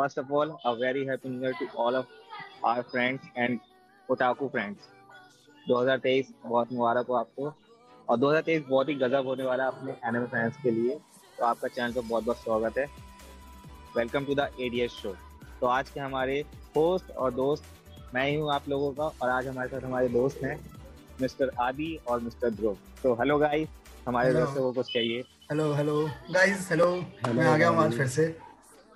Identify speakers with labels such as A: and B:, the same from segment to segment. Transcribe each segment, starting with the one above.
A: First of all, a very happy new year to all of our friends and otaku friends 2023 बहुत मुबारक हो आपको और 2023 बहुत ही गजब होने वाला है अपने एनिमल फैंस के लिए तो आपका चैनल पर बहुत बहुत स्वागत है welcome to the ADS show तो आज के हमारे होस्ट और दोस्त मैं ही हूँ आप लोगों का और आज हमारे साथ हमारे दोस्त हैं मिस्टर आदि और मिस्टर ध्रुव तो हेलो गाइस हमारे
B: Hello.
A: दर्शकों को कुछ चाहिए
B: हेलो हेलो गाइस हेलो मैं आ गया हूँ आज फिर से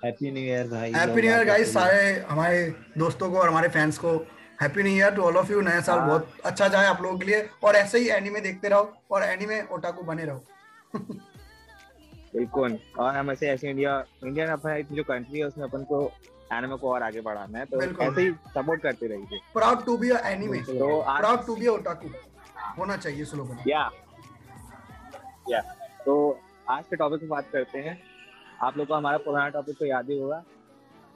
C: हैप्पी न्यू ईयर भाई
B: हैप्पी न्यू ईयर गाइस सारे हमारे दोस्तों को और हमारे फैंस को happy new year to all of you नया साल
A: हाँ।
B: बहुत अच्छा जाए आप लोगों के लिए और ऐसे ही एनीमे देखते रहो और एनीमे ओटाकू बने रहो
A: बिल्कुल और हम ऐसे ऐसे इंडिया इंडियन अपना जो कंट्री है उसमें अपन को एनिमे को और आगे बढ़ाना है तो
B: बिल्कुल।
A: ऐसे ही सपोर्ट करते रहिए
B: प्राउड टू बी एनीमे
A: तो आज
B: प्राउड टू बी ओटाकू होना चाहिए स्लोगन
A: या या तो आज के टॉपिक पे बात करते हैं आप लोग को हमारा पुराना टॉपिक तो याद ही होगा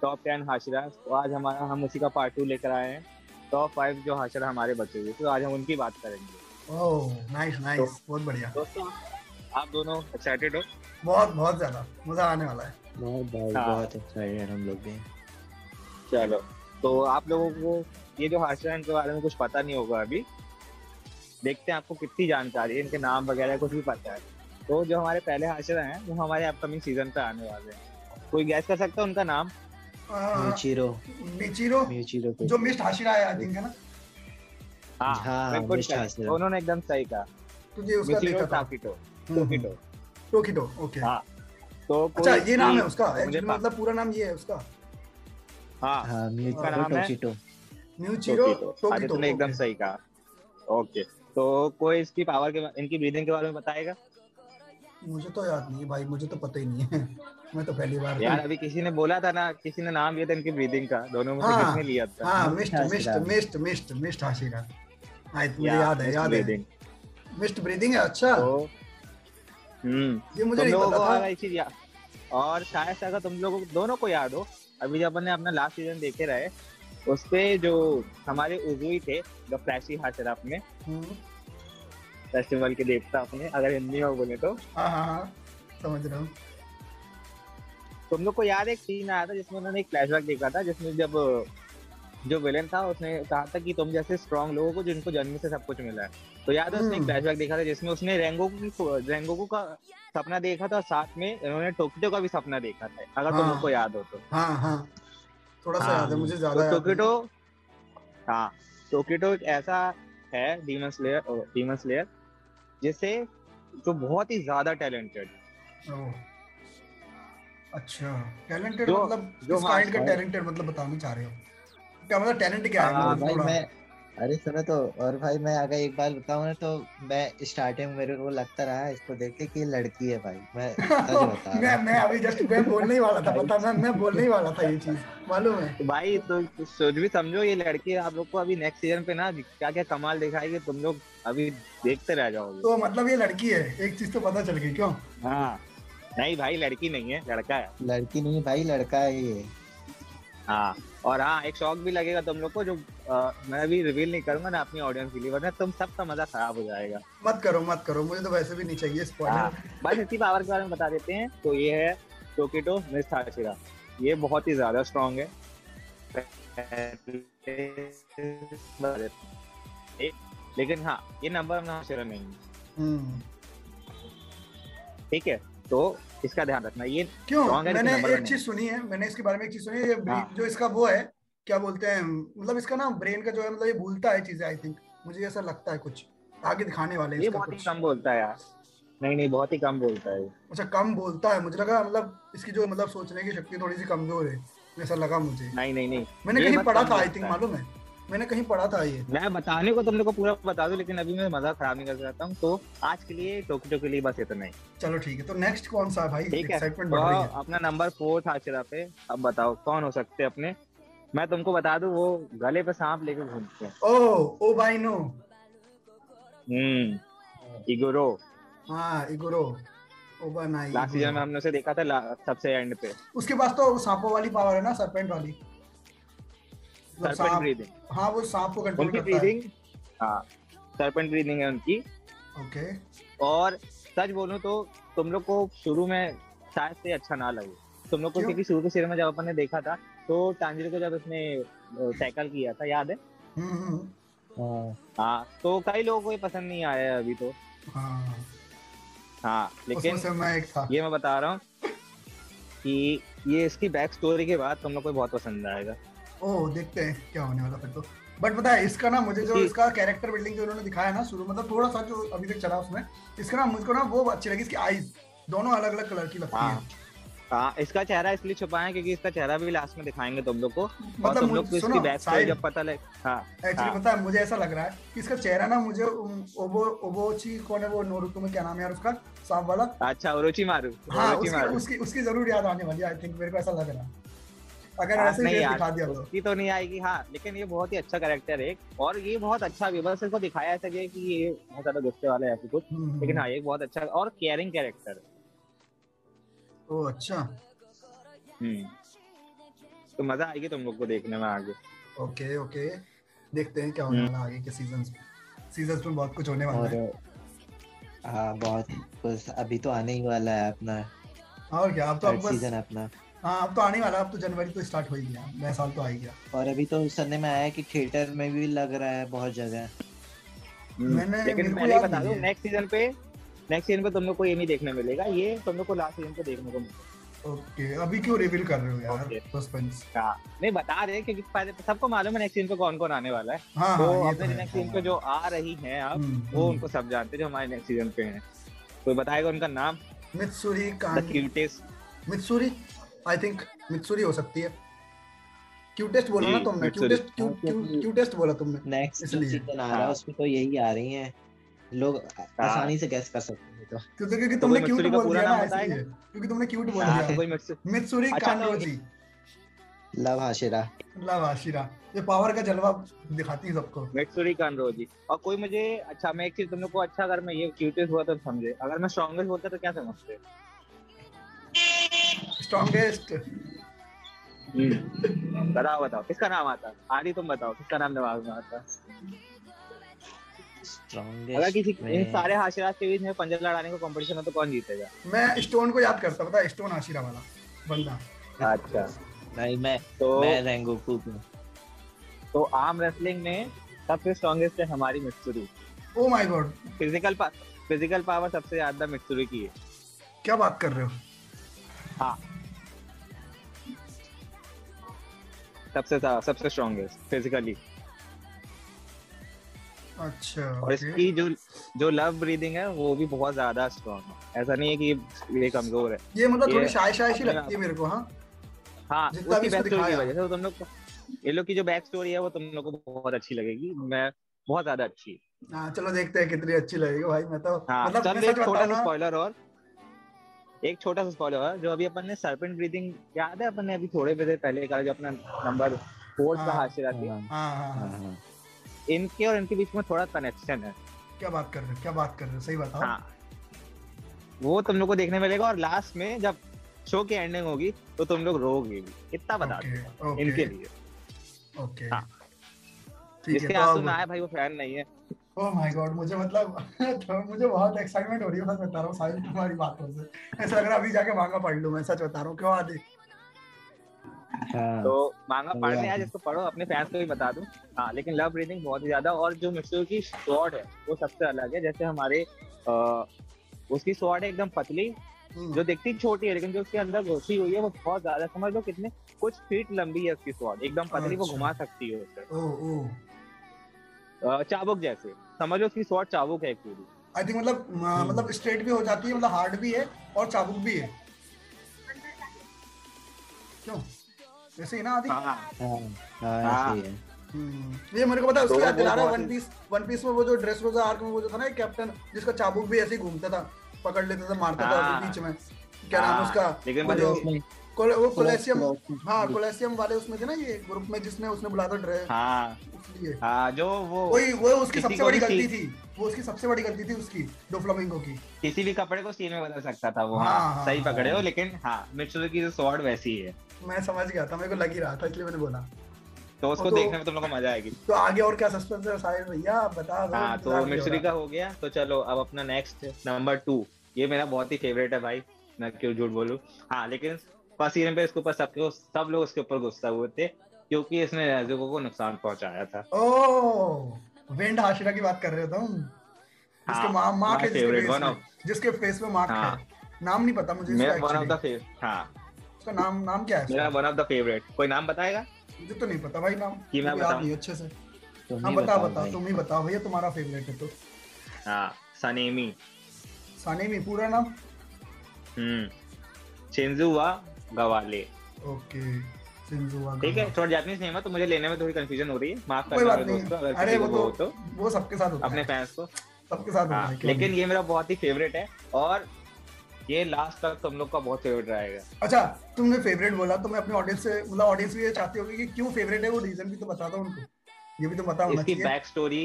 A: टॉप टेन हाशिरा तो आज हमारा हम उसी का पार्ट टू लेकर आए हैं टॉप फाइव जो हाशिरा हमारे बचे हुए तो आज हम उनकी बात करेंगे
B: ओह नाइस नाइस Oh, बहुत बढ़िया
A: दोस्तों आप दोनों एक्साइटेड हो
B: बहुत बहुत ज्यादा मजा आने वाला है
C: बहुत भाई
A: हाँ।
C: बहुत एक्साइटेड हम लोग भी
A: चलो तो आप लोगों को ये जो हाशिरा है, इनके बारे में कुछ पता नहीं होगा अभी देखते हैं आपको कितनी जानकारी है इनके नाम वगैरह कुछ भी पता है तो जो हमारे पहले हाशिरा हैं वो हमारे अपकमिंग सीजन पे आने वाले हैं कोई गैस कर सकता है उनका नाम
B: आ,
C: म्यूचिरो
B: मिचिरो
C: म्यूचिरो
B: जो मिस्ट हाशिरा है आई थिंक है ना
C: हाँ,
A: बिल्कुल
C: मिस्ट
A: सही।
C: हाशिरा।
A: उन्होंने एकदम सही कहा
B: तुझे उसका
A: मिचिरो
B: देखा था
A: टाकिटो
B: हम्म, हम्म,
A: टोकिटो
B: टोकिटो ओके
A: हाँ, तो
B: अच्छा
A: कोई-
B: ये नाम है उसका
A: मुझे
B: Actually,
A: पा-
B: मतलब पूरा नाम ये है उसका
A: हाँ
C: हाँ
B: उसका
C: म्यूचिरो
A: नाम है-
C: टोकिटो
B: म्यूचिरो
A: टोकिटो आज
B: टोकिटो
A: तुमने तो। एकदम सही कहा ओके तो कोई इसकी पावर के बा- इनकी ब्रीदिंग के बारे में बताएगा
B: मुझे तो याद नहीं है भाई मुझे तो पता ही नहीं है मैं तो पहली बार
A: यार अभी किसी ने बोला था ना किसी ने नाम लिया था इनकी ब्रीदिंग का दोनों में से
B: हाँ,
A: किसने लिया था
B: हाँ
C: मिस्ट
B: मिस्ट मिस्ट
C: हाशिरा।
B: मिस्ट मिस्ट मिस्ट हाशिरा आई मुझे
A: या,
B: याद है
A: इनकी
B: याद है
A: breathing।
B: मिस्ट ब्रीदिंग है अच्छा
A: तो हम्म
B: ये
A: तुम
B: मुझे नहीं
A: लोगों को
B: पता
A: और
B: था
A: ये चीज या- और शायद से अगर तुम लोगों को दोनों को याद हो अभी जब हमने अपना लास्ट सीजन देखे रहे उस पे जो हमारे उजुई थे जो फ्लैशी हासिल अपने
B: हम्म,
A: फेस्टिवल के देवता अपने अगर हिंदी में बोले तो
B: हाँ हाँ हाँ समझ रहा हूँ
A: तुम लोग को याद है एक सीन आया था जिसमें उन्होंने एक फ्लैशबैक देखा था जिसमें जब जो विलेन था उसने कहा था कि तुम जैसे स्ट्रांग लोगों को जिनको जन्म से सब कुछ मिला है तो याद है उसने एक
B: हम्म।
A: फ्लैशबैक देखा था जिसमें उसने रेंगोकू की रेंगोकू का सपना देखा था और साथ में उन्होंने टोकिटो का भी सपना देखा था अगर तुम
B: हाँ।
A: लोग को याद हो तो
B: हाँ हाँ थोड़ा सा
A: हाँ,
B: याद है मुझे ज्यादा
A: तो
B: याद नहीं।
A: टोकिटो हाँ टोकिटो एक ऐसा है डीमन स्लेयर डीमन स्लेयर जिसे जो बहुत ही ज्यादा टैलेंटेड
B: ओह, अच्छा टैलेंटेड
A: जो-
B: मतलब
A: जो
B: किस
A: हाँ,
B: काइंड का
C: हाँ।
B: टैलेंटेड मतलब बताना चाह रहे हो क्या मतलब टैलेंट क्या है
A: हाँ,
C: और
B: मतलब
C: भाई
B: थोड़ा
C: मैं अरे सुनो तो और भाई मैं अगर एक बार बताऊं ना तो मैं स्टार्टिंग मेरे को लगता रहा इसको देख के कि ये लड़की है भाई मैं सच बता रहा
B: मैं
C: हूं।
B: मैं अभी जस्ट मैं बोलने ही वाला था पता है, मैं मैं बोलने ही वाला था ये चीज मालूम है
A: तो भाई तो सोच भी समझो ये लड़की आप लोग को अभी नेक्स्ट सीजन पे ना क्या क्या कमाल दिखाएगी तुम लोग अभी देखते रह जाओगे
B: तो मतलब ये लड़की है एक चीज तो पता चल गई क्यों
A: हाँ नहीं भाई लड़की नहीं है लड़का है
C: लड़की नहीं भाई लड़का है ये
A: हाँ और हाँ एक शौक भी लगेगा तुम लोग को जो अ, मैं अभी रिवील नहीं करूंगा ना अपनी ऑडियंस के लिए वरना तुम सबका मजा खराब हो जाएगा
B: मत करो मत करो मुझे तो वैसे भी नहीं चाहिए
A: हाँ,
B: स्पॉइलर
A: बस इसी पावर के बारे में बता देते हैं तो ये है टोकेटो मिस थाशिरा ये बहुत ही ज्यादा स्ट्रांग है लेकिन हाँ ये नंबर वन हाशिरा नहीं है
B: हम्म,
A: ठीक है तो इसका ध्यान रखना ये
B: क्यों
A: Wrong है,
B: मैंने
A: number one
B: एक
A: है।
B: चीज सुनी है मैंने इसके बारे में एक चीज सुनी है ये
A: हाँ।
B: brain- जो इसका वो है क्या बोलते हैं मतलब इसका ना ब्रेन का जो है मतलब ये भूलता है चीजें आई थिंक मुझे ऐसा लगता है कुछ आगे दिखाने वाले हैं
A: ये
B: इसका
A: बहुत ही
B: कुछ
A: कम बोलता है यार नहीं नहीं बहुत ही कम बोलता है ये।
B: अच्छा कम बोलता है मुझे लगा मतलब इसकी जो मतलब सोचने की शक्ति थोड़ी सी कमजोर है ऐसा लगा मुझे
A: नहीं नहीं नहीं
B: मैंने
A: ये
B: कहीं
A: बात
B: पढ़ा
A: कम
B: था आई
A: बोलता
B: थिंक
A: है।
B: मालूम है मैंने कहीं पढ़ा था ये
A: मैं बताने को तुम लोग को पूरा बता दूं लेकिन अभी मैं मजा खराब नहीं कर चाहता हूँ तो आज के लिए टोकेटो के लिए बस इतना ही
B: चलो ठीक है तो नेक्स्ट कौन सा है भाई
A: ठीक है।
B: एक्साइटमेंट
A: तो
B: बढ़ रही है
A: अपना नंबर फोर्थ हाशिरा पे अब बताओ कौन हो सकते हैं अपने मैं तुमको बता दूं वो गले पे सांप लेके घूमते हैं
B: ओ ओ भाई नो
A: हम्म इगोरो
B: हाँ इगोरो ओ भाई ना
A: लास्ट सीजन में
B: इगोरो।
A: हमने उसे देखा था ला- सबसे एंड पे
B: उसके पास तो वो सांपों वाली पावर है ना सरपेंट वाली मतलब
A: सरपेंट
B: सांप
A: ब्रीदिंग
B: हाँ वो सांप को कंट्रोल
A: उनकी
B: करता है
A: ब्रीदिंग हाँ सरपेंट ब्रीदिंग है उनकी
B: ओके
A: और सच बोलूं तो तुम लोग को शुरू में शायद से अच्छा ना लगे तुम लोग को
B: क्यों?
A: क्योंकि शुरू के सीरियल में जब अपन ने देखा था तो टांजिरो को जब उसने टैकल किया था याद है
B: हम्म, हम्म,
C: हाँ,
A: हाँ तो कई लोगों को ये पसंद नहीं आया है अभी तो
B: हाँ
A: हाँ
B: उसमें
A: लेकिन
B: से मैं एक था
A: ये मैं बता रहा हूँ कि ये इसकी बैक स्टोरी के बाद तुम लोग को बहुत पसंद आएगा
B: ओ देखते हैं क्या होने वाला फिर तो बट पता है इसका ना मुझे जो
A: जी।
B: इसका कैरेक्टर बिल्डिंग जो इन्होंने दिखाया ना शुरू मतलब थोड़ा सा जो अभी तक चला उसमें इसका ना मुझको ना वो अच्छी लगी इसकी आईज दोनों अलग अलग कलर की लगती
A: हाँ
B: है
A: हाँ इसका चेहरा इसलिए छुपाया है क्योंकि इसका चेहरा भी लास्ट में दिखाएंगे तुम लोग को और
B: मतलब
A: तुम लोग को
B: मुझे-
A: इसकी
B: सुनो
A: बैक स्टोरी
B: साहिल
A: जब पता लग हाँ
B: एक्चुअली
A: हाँ।
B: पता है मुझे ऐसा लग रहा है कि इसका चेहरा ना मुझे उम, ओबो ओबोची कौन है वो नोरुतो में क्या नाम है यार उसका सांप वाला
A: अच्छा उरोची मारू
B: हाँ
A: उरोची
B: उसकी
A: मारू
B: उसकी उसकी जरूर याद आने वाली है आई थिंक मेरे को ऐसा लग रहा है अगर ऐसे ही
A: हाँ, नहीं यार,
B: face दिखा दिया तो
A: उसकी तो नहीं आएगी हाँ लेकिन ये बहुत ही अच्छा कैरेक्टर है और ये बहुत अच्छा भी है, बस इसको दिखाया ऐसा गया कि ये बहुत ज्यादा गुस्से वाला है ऐसा कुछ
B: हम्म,
A: लेकिन हाँ ये एक बहुत अच्छा और केयरिंग कैरेक्टर
B: ओ अच्छा
A: है तो मजा आएगी तुम लोग को देखने में आगे
B: ओके ओके देखते हैं क्या होने
A: हम्म।
B: वाला आगे के सीजन्स में सीजन्स में बहुत कुछ होने वाला
C: और
B: है
C: हाँ बहुत कुछ अभी तो आने ही वाला है अपना
B: और क्या अब तो
C: थर्ड
B: अब बस
C: सीजन अपना
B: हाँ अब तो आने वाला है, अब तो जनवरी तो स्टार्ट हो ही गया नया साल तो आ ही गया
C: और अभी तो सुनने में आया है कि थिएटर में भी लग रहा है बहुत जगह
A: हम्म,
B: मैंने- मेरे
A: लेकिन
B: को
A: पहले
B: याद
A: बता
B: नहीं
A: दूं
B: है।
A: नेक्स्ट सीजन पे नेक्स्ट सीजन पे तुम लोग को ये नहीं देखने मिलेगा ये तुम लोग को लास्ट सीजन पे देखने को मिलेगा
B: ओके अभी क्यों रिवील कर रहे हो यार
A: Okay.
B: सस्पेंस
A: हाँ, नहीं बता रहे हैं, क्योंकि पहले तो सबको मालूम है नेक्स्ट सीजन पे कौन कौन आने वाला है
B: हाँ
A: तो
B: हाँ ये तो
A: अपने
B: है
A: नेक्स्ट सीजन पे जो आ रही हैं अब
B: हम्म,
A: वो
B: हम्म।
A: उनको सब जानते हैं जो हमारे नेक्स्ट सीजन पे हैं कोई बताएगा उनका नाम
B: मित्सुरी
A: द
B: कान
A: cutest
B: Mitsuri I think Mitsuri हो सकती है क्यूटेस्ट बोला
A: जी,
B: ना तुमने
A: मित्सुरी।
B: क्यूटेस्ट क्यू,
C: हाँ,
B: क्यू,
C: क्योंकि-
B: क्यूटेस्ट बोला तुमने
C: नेक्स्ट
B: इसलिए।
C: सीजन आ
A: हाँ।
C: रहा है उसमें तो यही आ रही है लोग आसानी से गैस कर सकते हैं तो
B: क्योंकि क्योंकि
A: तो
B: तुमने
A: कोई
B: क्यूट
A: मित्सुरी का
B: बोल
A: पूरा
B: दिया ना
A: नाम बताएगा?
B: इसलिए क्योंकि तुमने क्यूट बोल
A: हाँ तो
B: दिया
A: कोई मिक्स
B: मित्सुरी
A: अच्छा, तो-
B: Kanroji
C: love Hashira
B: love Hashira मतलब ये पावर का जलवा दिखाती है सबको
A: मैक्सुरी कानरोजी और कोई मुझे अच्छा मैं एक चीज तुम लोग को अच्छा अगर मैं ये क्यूटेस्ट हुआ तो समझे अगर मैं स्ट्रॉन्गेस्ट बोलता तो क्या समझते
B: स्ट्रॉन्गेस्ट
A: बताओ बताओ किसका नाम आता आदि तुम बताओ किसका नाम दिमाग में आता अगर किसी
C: स्ट्रॉन्गेस्ट
A: इन सारे हाशिरात के बीच में पंजा लड़ाने का कंपटीशन हो तो कौन जीतेगा
B: मैं स्टोन को याद करता पता है स्टोन आशिरा वाला बंदा
A: अच्छा
C: नहीं मैं
A: तो
C: मैं रेंगोकू हूं
A: तो आर्म रेसलिंग में सबसे स्ट्रॉन्गेस्ट है हमारी Mitsuri
B: oh my god
A: physical physical power सबसे ज्यादा मित्सुरी की है
B: क्या बात कर रहे हो
A: हाँ सबसे ज्यादा- सबसे स्ट्रॉन्गेस्ट फिजिकली
B: अच्छा
A: और
B: okay.
A: इसकी जो जो लव ब्रीदिंग है वो भी बहुत ज्यादा स्ट्रॉन्ग है ऐसा नहीं है कि ये- ये कमजोर है
B: ये मतलब
A: ये
B: थोड़ी शाय शाय सी
A: अपने
B: लगती है मेरे को हाँ
A: हाँ
B: जितना भी
A: उसकी
B: इसको
A: बैक स्टोरी की
B: दिखाया।
A: वजह से तो तुम लोग को- ये लोग की जो बैक स्टोरी है वो तुम लोग को बहुत अच्छी लगेगी मैं बहुत ज्यादा अच्छी
B: हाँ चलो देखते हैं कितनी अच्छी लगेगी भाई मैं तो
A: हाँ
B: मतलब
A: चल
B: मैं
A: एक
B: सच
A: छोटा
B: बताऊं
A: सा
B: ना
A: स्पॉइलर और एक छोटा सा स्पॉइलर और जो अभी अपन ने सर्पेंट ब्रीदिंग याद है अपन ने अभी थोड़े बजे पहले करा जो अपना नंबर फोर का
B: हाँ,
A: हाशिरा थी
C: हाँ,
B: हाँ हाँ
C: हाँ,
B: हाँ
C: हाँ।
A: इनके और इनके बीच में थोड़ा कनेक्शन है
B: क्या बात कर रहे हो क्या बात कर रहे हो सही बताओ
A: हाँ वो तुम लोग को देखने मिलेगा और लास्ट में जब शो की एंडिंग होगी तो तुम लोग रोगे भी इतना बता
B: ओके
A: दो
B: ओके
A: इनके लिए
B: ओके
A: हाँ।
B: ठीक है
A: जिसके
B: तो
A: आंसू
B: अब
A: में आए भाई वो फैन नहीं है
B: ओ माय गॉड मुझे मतलब तो मुझे बहुत एक्साइटमेंट हो रही है बस बता रहा हूँ साहिल तुम्हारी बातों से ऐसा लग रहा है अभी जाके मांगा पढ़ लूं मैं सच बता रहा हूँ क्यों आदि
C: हाँ,
A: तो
B: हाँ।
A: मांगा
C: वही
A: पढ़ने
C: आती।
A: आज इसको पढ़ो अपने फैंस को भी बता दूं हाँ लेकिन लव रीडिंग बहुत ही ज्यादा और जो मिक्सर की शॉर्ट है वो सबसे अलग है जैसे हमारे अ, उसकी शॉर्ट है एकदम पतली
B: हम्म,
A: जो दिखती छोटी है लेकिन जो उसके अंदर घुसी हुई है वो बहुत ज्यादा समझ लो कितने कुछ फीट लंबी है उसकी शॉर्ट एकदम पतली वो
B: अच्छा।
A: घुमा सकती है उसे
B: ओ ओ
A: अ, चाबुक जैसे समझ लो उसकी शॉर्ट चाबुक है एक पूरी
B: आई थिंक मतलब
A: Hmm।
B: म- मतलब स्ट्रेट भी हो जाती है मतलब हार्ड भी है और चाबुक भी है क्यों वैसे ही ना आदि
A: हाँ
C: हाँ, हाँ,
A: हाँ।
C: ऐसे ही है।
B: हम्म, ये मेरे को पता है उसकी
A: तो
B: याद
A: वो
B: दिला रहा
A: बहुत
B: वन पीस वन पीस में वो जो ड्रेस रोजा आर्क में वो जो था ना एक कैप्टन जिसका चाबुक भी ऐसे ही घूमता था पकड़ लेता था मारता था
A: हाँ।
B: उसके बीच में क्या नाम है
A: हाँ,
B: उसका
A: लेकिन
B: वो
A: पता
B: जो
A: है
C: उसमें
B: कोल- वो
C: क्लॉथ-
B: कोलेसियम
C: क्लॉथ-
B: हाँ कोलेसियम वाले उसमें थे ना ये ग्रुप में जिसने उसने बुलाया था ड्रेस
A: हाँ
B: इसलिए
A: हाँ जो वो
B: वही वो उसकी
A: किसी
B: सबसे
A: को
B: बड़ी
A: भी
B: गलती
A: सी-
B: थी वो उसकी सबसे बड़ी गलती थी उसकी दो फ्लामिंगो की
A: किसी भी कपड़े को सीन में बदल सकता था वो
B: हाँ,
A: हाँ,
B: हाँ,
A: सही
B: हाँ।
A: पकड़े हो लेकिन हाँ मिट्सुरी की जो स्वॉर्ड वैसी ही है
B: मैं समझ गया था मेरे को लग ही रहा था इसलिए मैंने बोला
A: तो उसको
B: तो-
A: देखने में तुम लोग को मजा आएगी
B: तो आगे और क्या सस्पेंस है साहिल भैया आप बता दो
A: हाँ
B: इंतजार
A: तो
B: भी हो
A: मिट्सुरी
B: रहा
A: का हो गया तो चलो अब अपना नेक्स्ट नंबर टू ये मेरा बहुत ही फेवरेट है भाई मैं क्यों झूठ बोलूं हाँ लेकिन फसीरन पे इसके ऊपर सबके सब लोग इसके ऊपर गुस्सा हुए थे क्योंकि इसने रजोगों को नुकसान पहुंचाया था
B: ओ वेंड हाशिरा की बात कर रहे हो तुम जिसके
A: हाँ,
B: माँ माँ
A: my
B: के जिसके
A: favorite,
B: फेस
A: one
B: में- जिसके फेस में मार्क
A: हाँ।
B: है नाम नहीं पता मुझे
A: मेरा
B: इसका
A: one of the
B: actually।
A: Favourite हाँ
B: उसका नाम नाम क्या है
A: मेरा
B: इसका?
A: वन ऑफ द फेवरेट कोई नाम बताएगा
B: मुझे तो नहीं पता भाई नाम
A: कि मैं
B: मुझे याद
A: बताऊं?
B: नहीं अच्छे से
C: तुम
B: हाँ
C: ही
B: बताओ
C: बताओ
B: बताओ
C: तो भाई।
B: तुम ही बताओ भैया तुम्हारा फेवरेट है तो
A: हाँ सनेमी
B: सानेमी पूरा नाम
A: हम्म शेंजुआ गवाले
B: ओके सिंजुआ
A: ठीक है थोड़ा जापानीज नेम है तो मुझे लेने में थोड़ी कंफ्यूजन हो रही है माफ
B: हाँ। कोई
A: करना मेरे
B: बात
A: दोस्तों
B: नहीं
A: अगर
B: अरे
A: किसी को
B: वो
A: हो
B: तो
A: तो
B: वो सबके साथ होता
A: अपने
B: है
A: फैंस को
B: सबके साथ होता
A: हाँ
B: है क्यों
A: लेकिन
B: नहीं?
A: ये मेरा बहुत ही फेवरेट है और ये लास्ट तक तुम लोग का बहुत फेवरेट रहेगा
B: अच्छा तुमने फेवरेट बोला तो मैं अपने ऑडियंस से मतलब ऑडियंस भी ये चाहती होगी कि क्यों फेवरेट है वो रीजन भी तो बता दो उनको ये भी तो बता होना
A: इसकी
B: चाहिए
A: बैक स्टोरी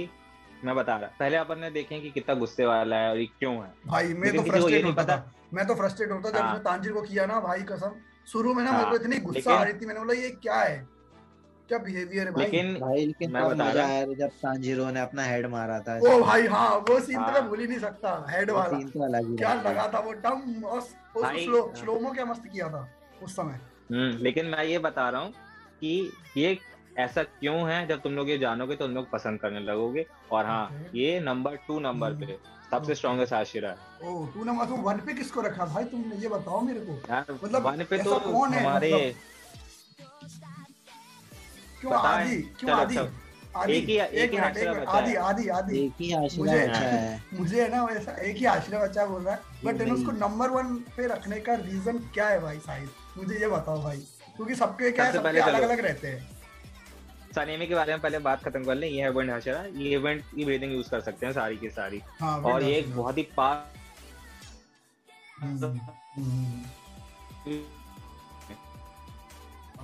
A: मैं बता रहा पहले अपन ने देखें कि कितना गुस्से वाला है और ये क्यों है
B: भाई मैं तो
A: लेकिन किसी को ये
B: फ्रस्ट्रेट
A: नहीं
B: होता
A: पता
B: था मैं तो फ्रस्ट्रेट होता जब
A: हाँ।
B: उसने तांजिर को किया ना भाई कसम शुरू में ना मेरे को
A: हाँ,
B: इतनी गुस्सा
A: लेकिन-
B: आ रही थी मैंने बोला ये क्या है क्या बिहेवियर है भाई
A: लेकिन
C: भाई लेकिन
A: मैं
C: तब
A: बता
C: मजा
A: रहा।
C: आया था जब तांजीरो ने अपना हेड मारा था
B: ओ भाई हाँ वो सीन तो मैं
A: हाँ।
B: भूल ही नहीं सकता हेड
C: वो
B: वाला
C: scene तो अलग ही
B: क्या
C: रहता है।
B: लगा था वो डम और
A: भाई,
B: स्लो
A: हाँ।
B: स्लोमो क्या मस्त किया था उस समय
A: हम्म लेकिन मैं ये बता रहा हूँ कि ये ऐसा क्यों है जब तुम लोग ये जानोगे तो तुम लोग पसंद करने लगोगे और हाँ
B: Okay.
A: ये नंबर टू नंबर
B: Hmm.
A: पे सबसे
B: Okay.
A: स्ट्रॉन्गेस्ट आशिरा है
B: ओ तूने मतलब वन पे किसको रखा भाई तुमने ये बताओ मेरे को
A: यार
B: मतलब
A: वन पे तो
B: ऐसा कौन है?
A: हमारे
B: मतलब क्यों
A: बताएं।
B: आदि क्यों
A: चलो,
B: आदि
A: चलो।
B: आदि
A: एक ही- एक
B: एक
A: ही
B: मिनट एक
A: आशिरा
B: मिनट
A: बचा
B: आदि
A: है।
B: आदि आदि
C: एक ही आशिरा
B: मुझे-
C: बचा है
B: मुझे है ना वैसा एक ही आश्रय बच्चा बोल रहा है बट
C: नहीं।
B: उसको नंबर वन पे रखने का रीजन क्या है भाई साहिल मुझे ये बताओ भाई क्योंकि सबके क्या है
A: सबसे
B: सबके
A: पहले
B: अलग
A: चलो।
B: अलग रहते हैं
A: सनेमी के बारे में पहले बात खत्म कर लें ये है इवेंट आशिरा ये इवेंट की ब्रीदिंग यूज कर सकते हैं सारी की सारी
B: हाँ
A: और ये एक
B: बिल्कुल।
A: बहुत ही पास
B: हम्म, हम्म,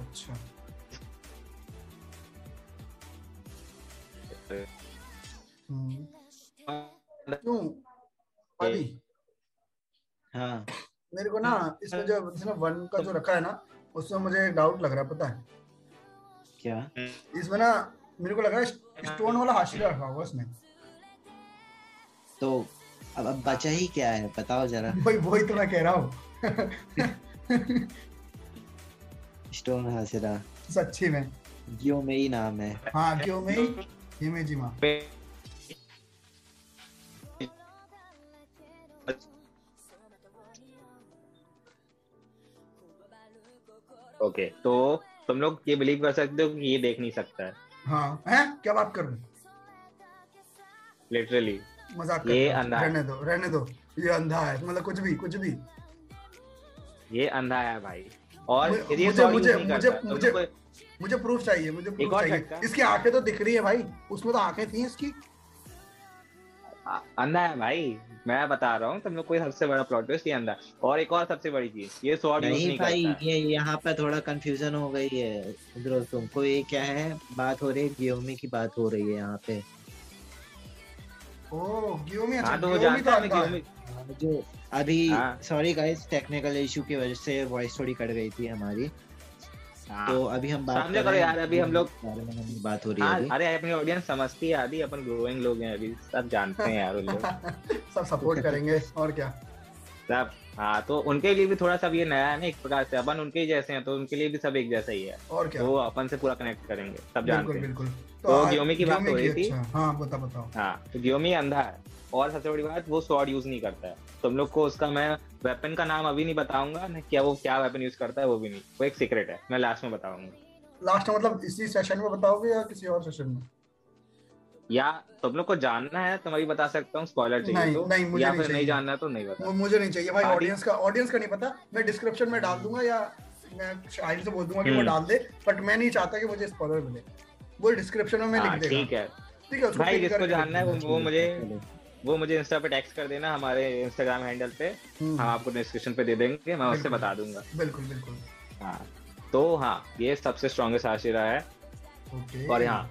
B: अच्छा हम्म, क्यों आदि
C: हाँ
B: मेरे को ना इसमें जो इसने वन का जो रखा है ना उसमें मुझे एक डाउट लग रहा है पता है
C: क्या
B: इसमें ना मेरे को लग रहा है स्टोन वाला आश्रय रखा होगा उसने
C: तो अब अब बचा ही क्या है बताओ जरा
B: वही वही तो मैं कह रहा हूँ
C: स्टोन हासिरा
B: सच्ची में
C: यो मेरी नाम है
B: हाँ क्यों मैं हिमे जी माँ
A: पे- ओके तो तुम लोग ये बिलीव कर सकते हो कि ये देख नहीं सकता है
B: हाँ हैं क्या बात कर रहे हो?
A: लिटरली
B: मजाक कर
A: ये
B: रहे हो।
A: अंधा है।
B: रहने दो रहने दो ये अंधा है मतलब कुछ भी कुछ भी
A: ये अंधा है भाई और
B: मुझे-
A: ये
B: मुझे-
A: सॉरी
B: मुझे-
A: नहीं
B: मुझे-
A: करता तुम
B: मुझे-
A: लोग को-
B: मुझे प्रूफ चाहिए मुझे प्रूफ
A: और
B: चाहिए
A: झटका।
B: इसकी आंखें तो दिख रही है भाई उसमें तो आंखें थी इसकी
A: आ- अंधा है भाई मैं बता रहा हूँ तुम लोग को ये सबसे बड़ा प्लॉट ट्विस्ट ये अंधा है। और एक और सबसे बड़ी चीज ये स्वॉर्ड यूज
C: नहीं
A: नहीं
C: भाई
A: करता है।
C: ये यहाँ पे थोड़ा कंफ्यूजन हो गई है दोस्तों को ये क्या है बात हो रही है गियोमी की बात हो रही है यहाँ पे
B: ओ गियोमी अच्छा
A: हाँ तो वो
B: गियोमी तो
A: जानता है
B: अंधा है
A: कि-
C: हाँ, जो अभी
A: हाँ।
C: सॉरी गाइस टेक्निकल इशू की वजह से वॉइस थोड़ी कट गई थी हमारी
A: हाँ।
C: तो अभी हम बात
A: सामने
C: कर रहे
A: करो
C: हैं-
A: यार, अभी हम लोग-
C: बारे में हमारी बात हो रही है
A: हाँ,
C: अभी।
A: अरे अपनी ऑडियंस समझती है आदि अपन ग्रोइंग लोग हैं अभी सब जानते हैं यार उन लोग
B: सब सपोर्ट करेंगे और क्या
A: सब हाँ तो उनके लिए भी थोड़ा सब ये नया है ना एक प्रकार से अपन उनके ही जैसे हैं तो उनके लिए भी सब एक जैसा ही है
B: और क्या
A: तो अपन से पूरा कनेक्ट करेंगे सब जानते
B: बिल्कुल
A: हैं
B: बिल्कुल
A: तो
B: आज
A: गियोमी की बात
B: गियोमी
A: हो रही थी।
B: अच्छा, हाँ बता बताओ
A: हाँ तो ग्योमी अंधा है और सबसे बड़ी बात वो स्वॉर्ड यूज नहीं करता है तुम लोग को उसका मैं वेपन का नाम अभी नहीं बताऊंगा ना क्या वो क्या वेपन यूज करता है वो भी नहीं वो एक सीक्रेट है मैं लास्ट में बताऊंगा
B: लास्ट मतलब इसी सेशन में बताओगे या किसी और सेशन में
A: या तुम लोग को जानना है तो मैं भी बता सकता हूँ स्पॉइलर चाहिए
B: नहीं,
A: तो
B: नहीं, मुझे
A: या
B: नहीं
A: फिर
B: चाहिए।
A: नहीं जानना है तो नहीं बता
B: वो मुझे नहीं चाहिए भाई
A: आदि-
B: ऑडियंस का ऑडियंस का नहीं पता मैं डिस्क्रिप्शन में डाल दूंगा या मैं शाहिल से बोल दूंगा कि वो
A: हम्म।
B: डाल दे बट मैं नहीं चाहता कि मुझे स्पॉइलर मिले वो डिस्क्रिप्शन में मैं
A: हाँ,
B: लिख देगा
A: ठीक है
B: ठीक है उसको
A: भाई
B: click
A: जिसको
B: करके लिख
A: जानना है वो,
B: देना।
A: वो मुझे वो मुझे इंस्टा पे टैक्स कर देना हमारे इंस्टाग्राम हैंडल पे
B: हम्म,
A: हम आपको डिस्क्रिप्शन पे दे देंगे मैं उससे
B: बिल्कुल।
A: बता दूंगा
B: बिल्कुल बिल्कुल
A: हाँ तो हाँ ये सबसे स्ट्रॉन्गेस्ट आशिरा है
B: ओके
A: और हाँ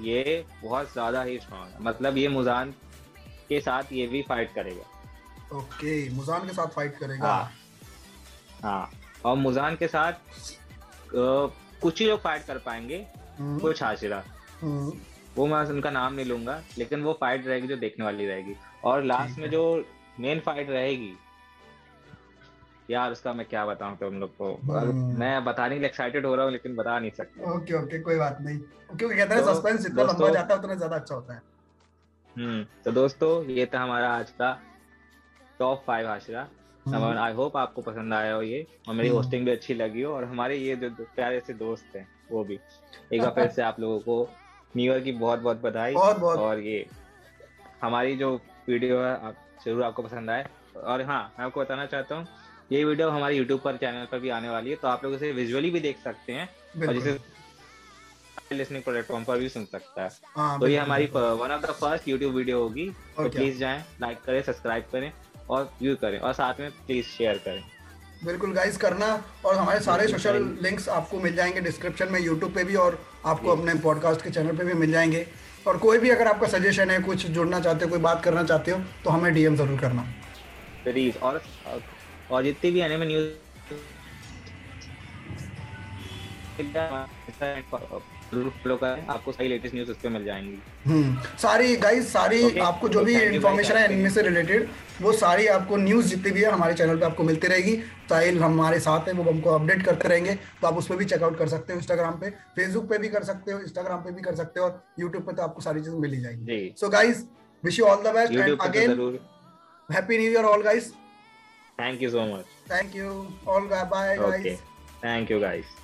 A: ये बहुत ज्यादा ही स्ट्रांग है मतलब ये मुजान के साथ ये भी फाइट करेगा
B: ओके मुजान के साथ फाइट करेगा
A: हाँ हाँ और मुजान के साथ अ, कुछ ही लोग फाइट कर पाएंगे
B: हम्म,
A: कुछ आशिरा
B: हम्म,
A: वो मैं उनका नाम नहीं लूंगा लेकिन वो फाइट रहेगी जो देखने वाली रहेगी और लास्ट
B: ठीक
A: में
B: है।
A: जो मेन फाइट रहेगी यार उसका मैं क्या बताऊं तुम लोग को और
B: हम्म।
A: मैं बताने के लिए एक्साइटेड हो रहा हूँ लेकिन बता नहीं सकता
B: ओके ओके कोई बात नहीं क्योंकि कहते हैं
A: तो
B: सस्पेंस जितना लंबा
A: दोस्तों-
B: जाता है उतना ज्यादा अच्छा होता है
A: हम्म तो दोस्तों ये था हमारा आज का टॉप फाइव आशरा और आई होप आपको पसंद आया हो ये और मेरी
B: हम्म।
A: होस्टिंग भी अच्छी लगी हो और हमारे ये जो दो- प्यारे से दोस्त हैं वो भी एक बार फिर से आप लोगों को न्यू ईयर की बहुत बहुत बधाई
B: बहुत बहुत
A: और ये हमारी जो वीडियो है आप जरूर आपको पसंद आए और हाँ मैं आपको बताना चाहता हूँ ये वीडियो हमारे यूट्यूब पर चैनल पर भी आने वाली है तो आप लोग इसे विजुअली भी देख सकते हैं और
B: बिल्कुल
A: जिसे लिसनिंग प्लेटफॉर्म पर भी सुन सकता है
B: हाँ
A: तो ये
B: बिल्कुल,
A: हमारी
B: बिल्कुल।
A: One of the first YouTube video होगी तो
B: और क्या
A: प्लीज जाएं लाइक करें सब्सक्राइब करें और व्यू करें और साथ में प्लीज शेयर करें
B: बिल्कुल गाइस करना और हमारे सारे
A: बिल्कुल
B: सोशल
A: करेंगे।
B: लिंक्स आपको मिल जाएंगे डिस्क्रिप्शन में यूट्यूब पे भी और आपको
A: जी।
B: अपने पॉडकास्ट के चैनल पे भी मिल जाएंगे और कोई भी अगर आपका सजेशन है कुछ जुड़ना चाहते हो कोई बात करना चाहते हो तो हमें डीएम जरूर करना
A: प्लीज और और जितनी भी एनिमे न्यूज जरूर follow करें आपको सारी लेटेस्ट न्यूज उस पर मिल जाएंगी
B: हम्म सारी गाइस सारी
A: Okay.
B: आपको जो
A: तो
B: भी
A: thank you guys
B: इन्फॉर्मेशन है
A: आपके
B: इनमें से रिलेटेड वो सारी आपको न्यूज़ जितनी भी है हमारे चैनल पे आपको मिलती रहेगी साहिल हमारे साथ है वो हमको अपडेट करते रहेंगे तो आप उस पर भी चेकआउट कर सकते हो इंस्टाग्राम पे फेसबुक पे भी कर सकते हो इंस्टाग्राम पे भी कर सकते हो और यूट्यूब पे तो आपको सारी चीज़ मिल ही जाएगी
A: जी
B: so guys wish you all the best
A: YouTube
B: and
A: पर तो
B: अगेन
A: जरूर
B: happy new year all guys
A: thank you so much
B: thank you all bye
A: okay
B: guys
A: thank you guys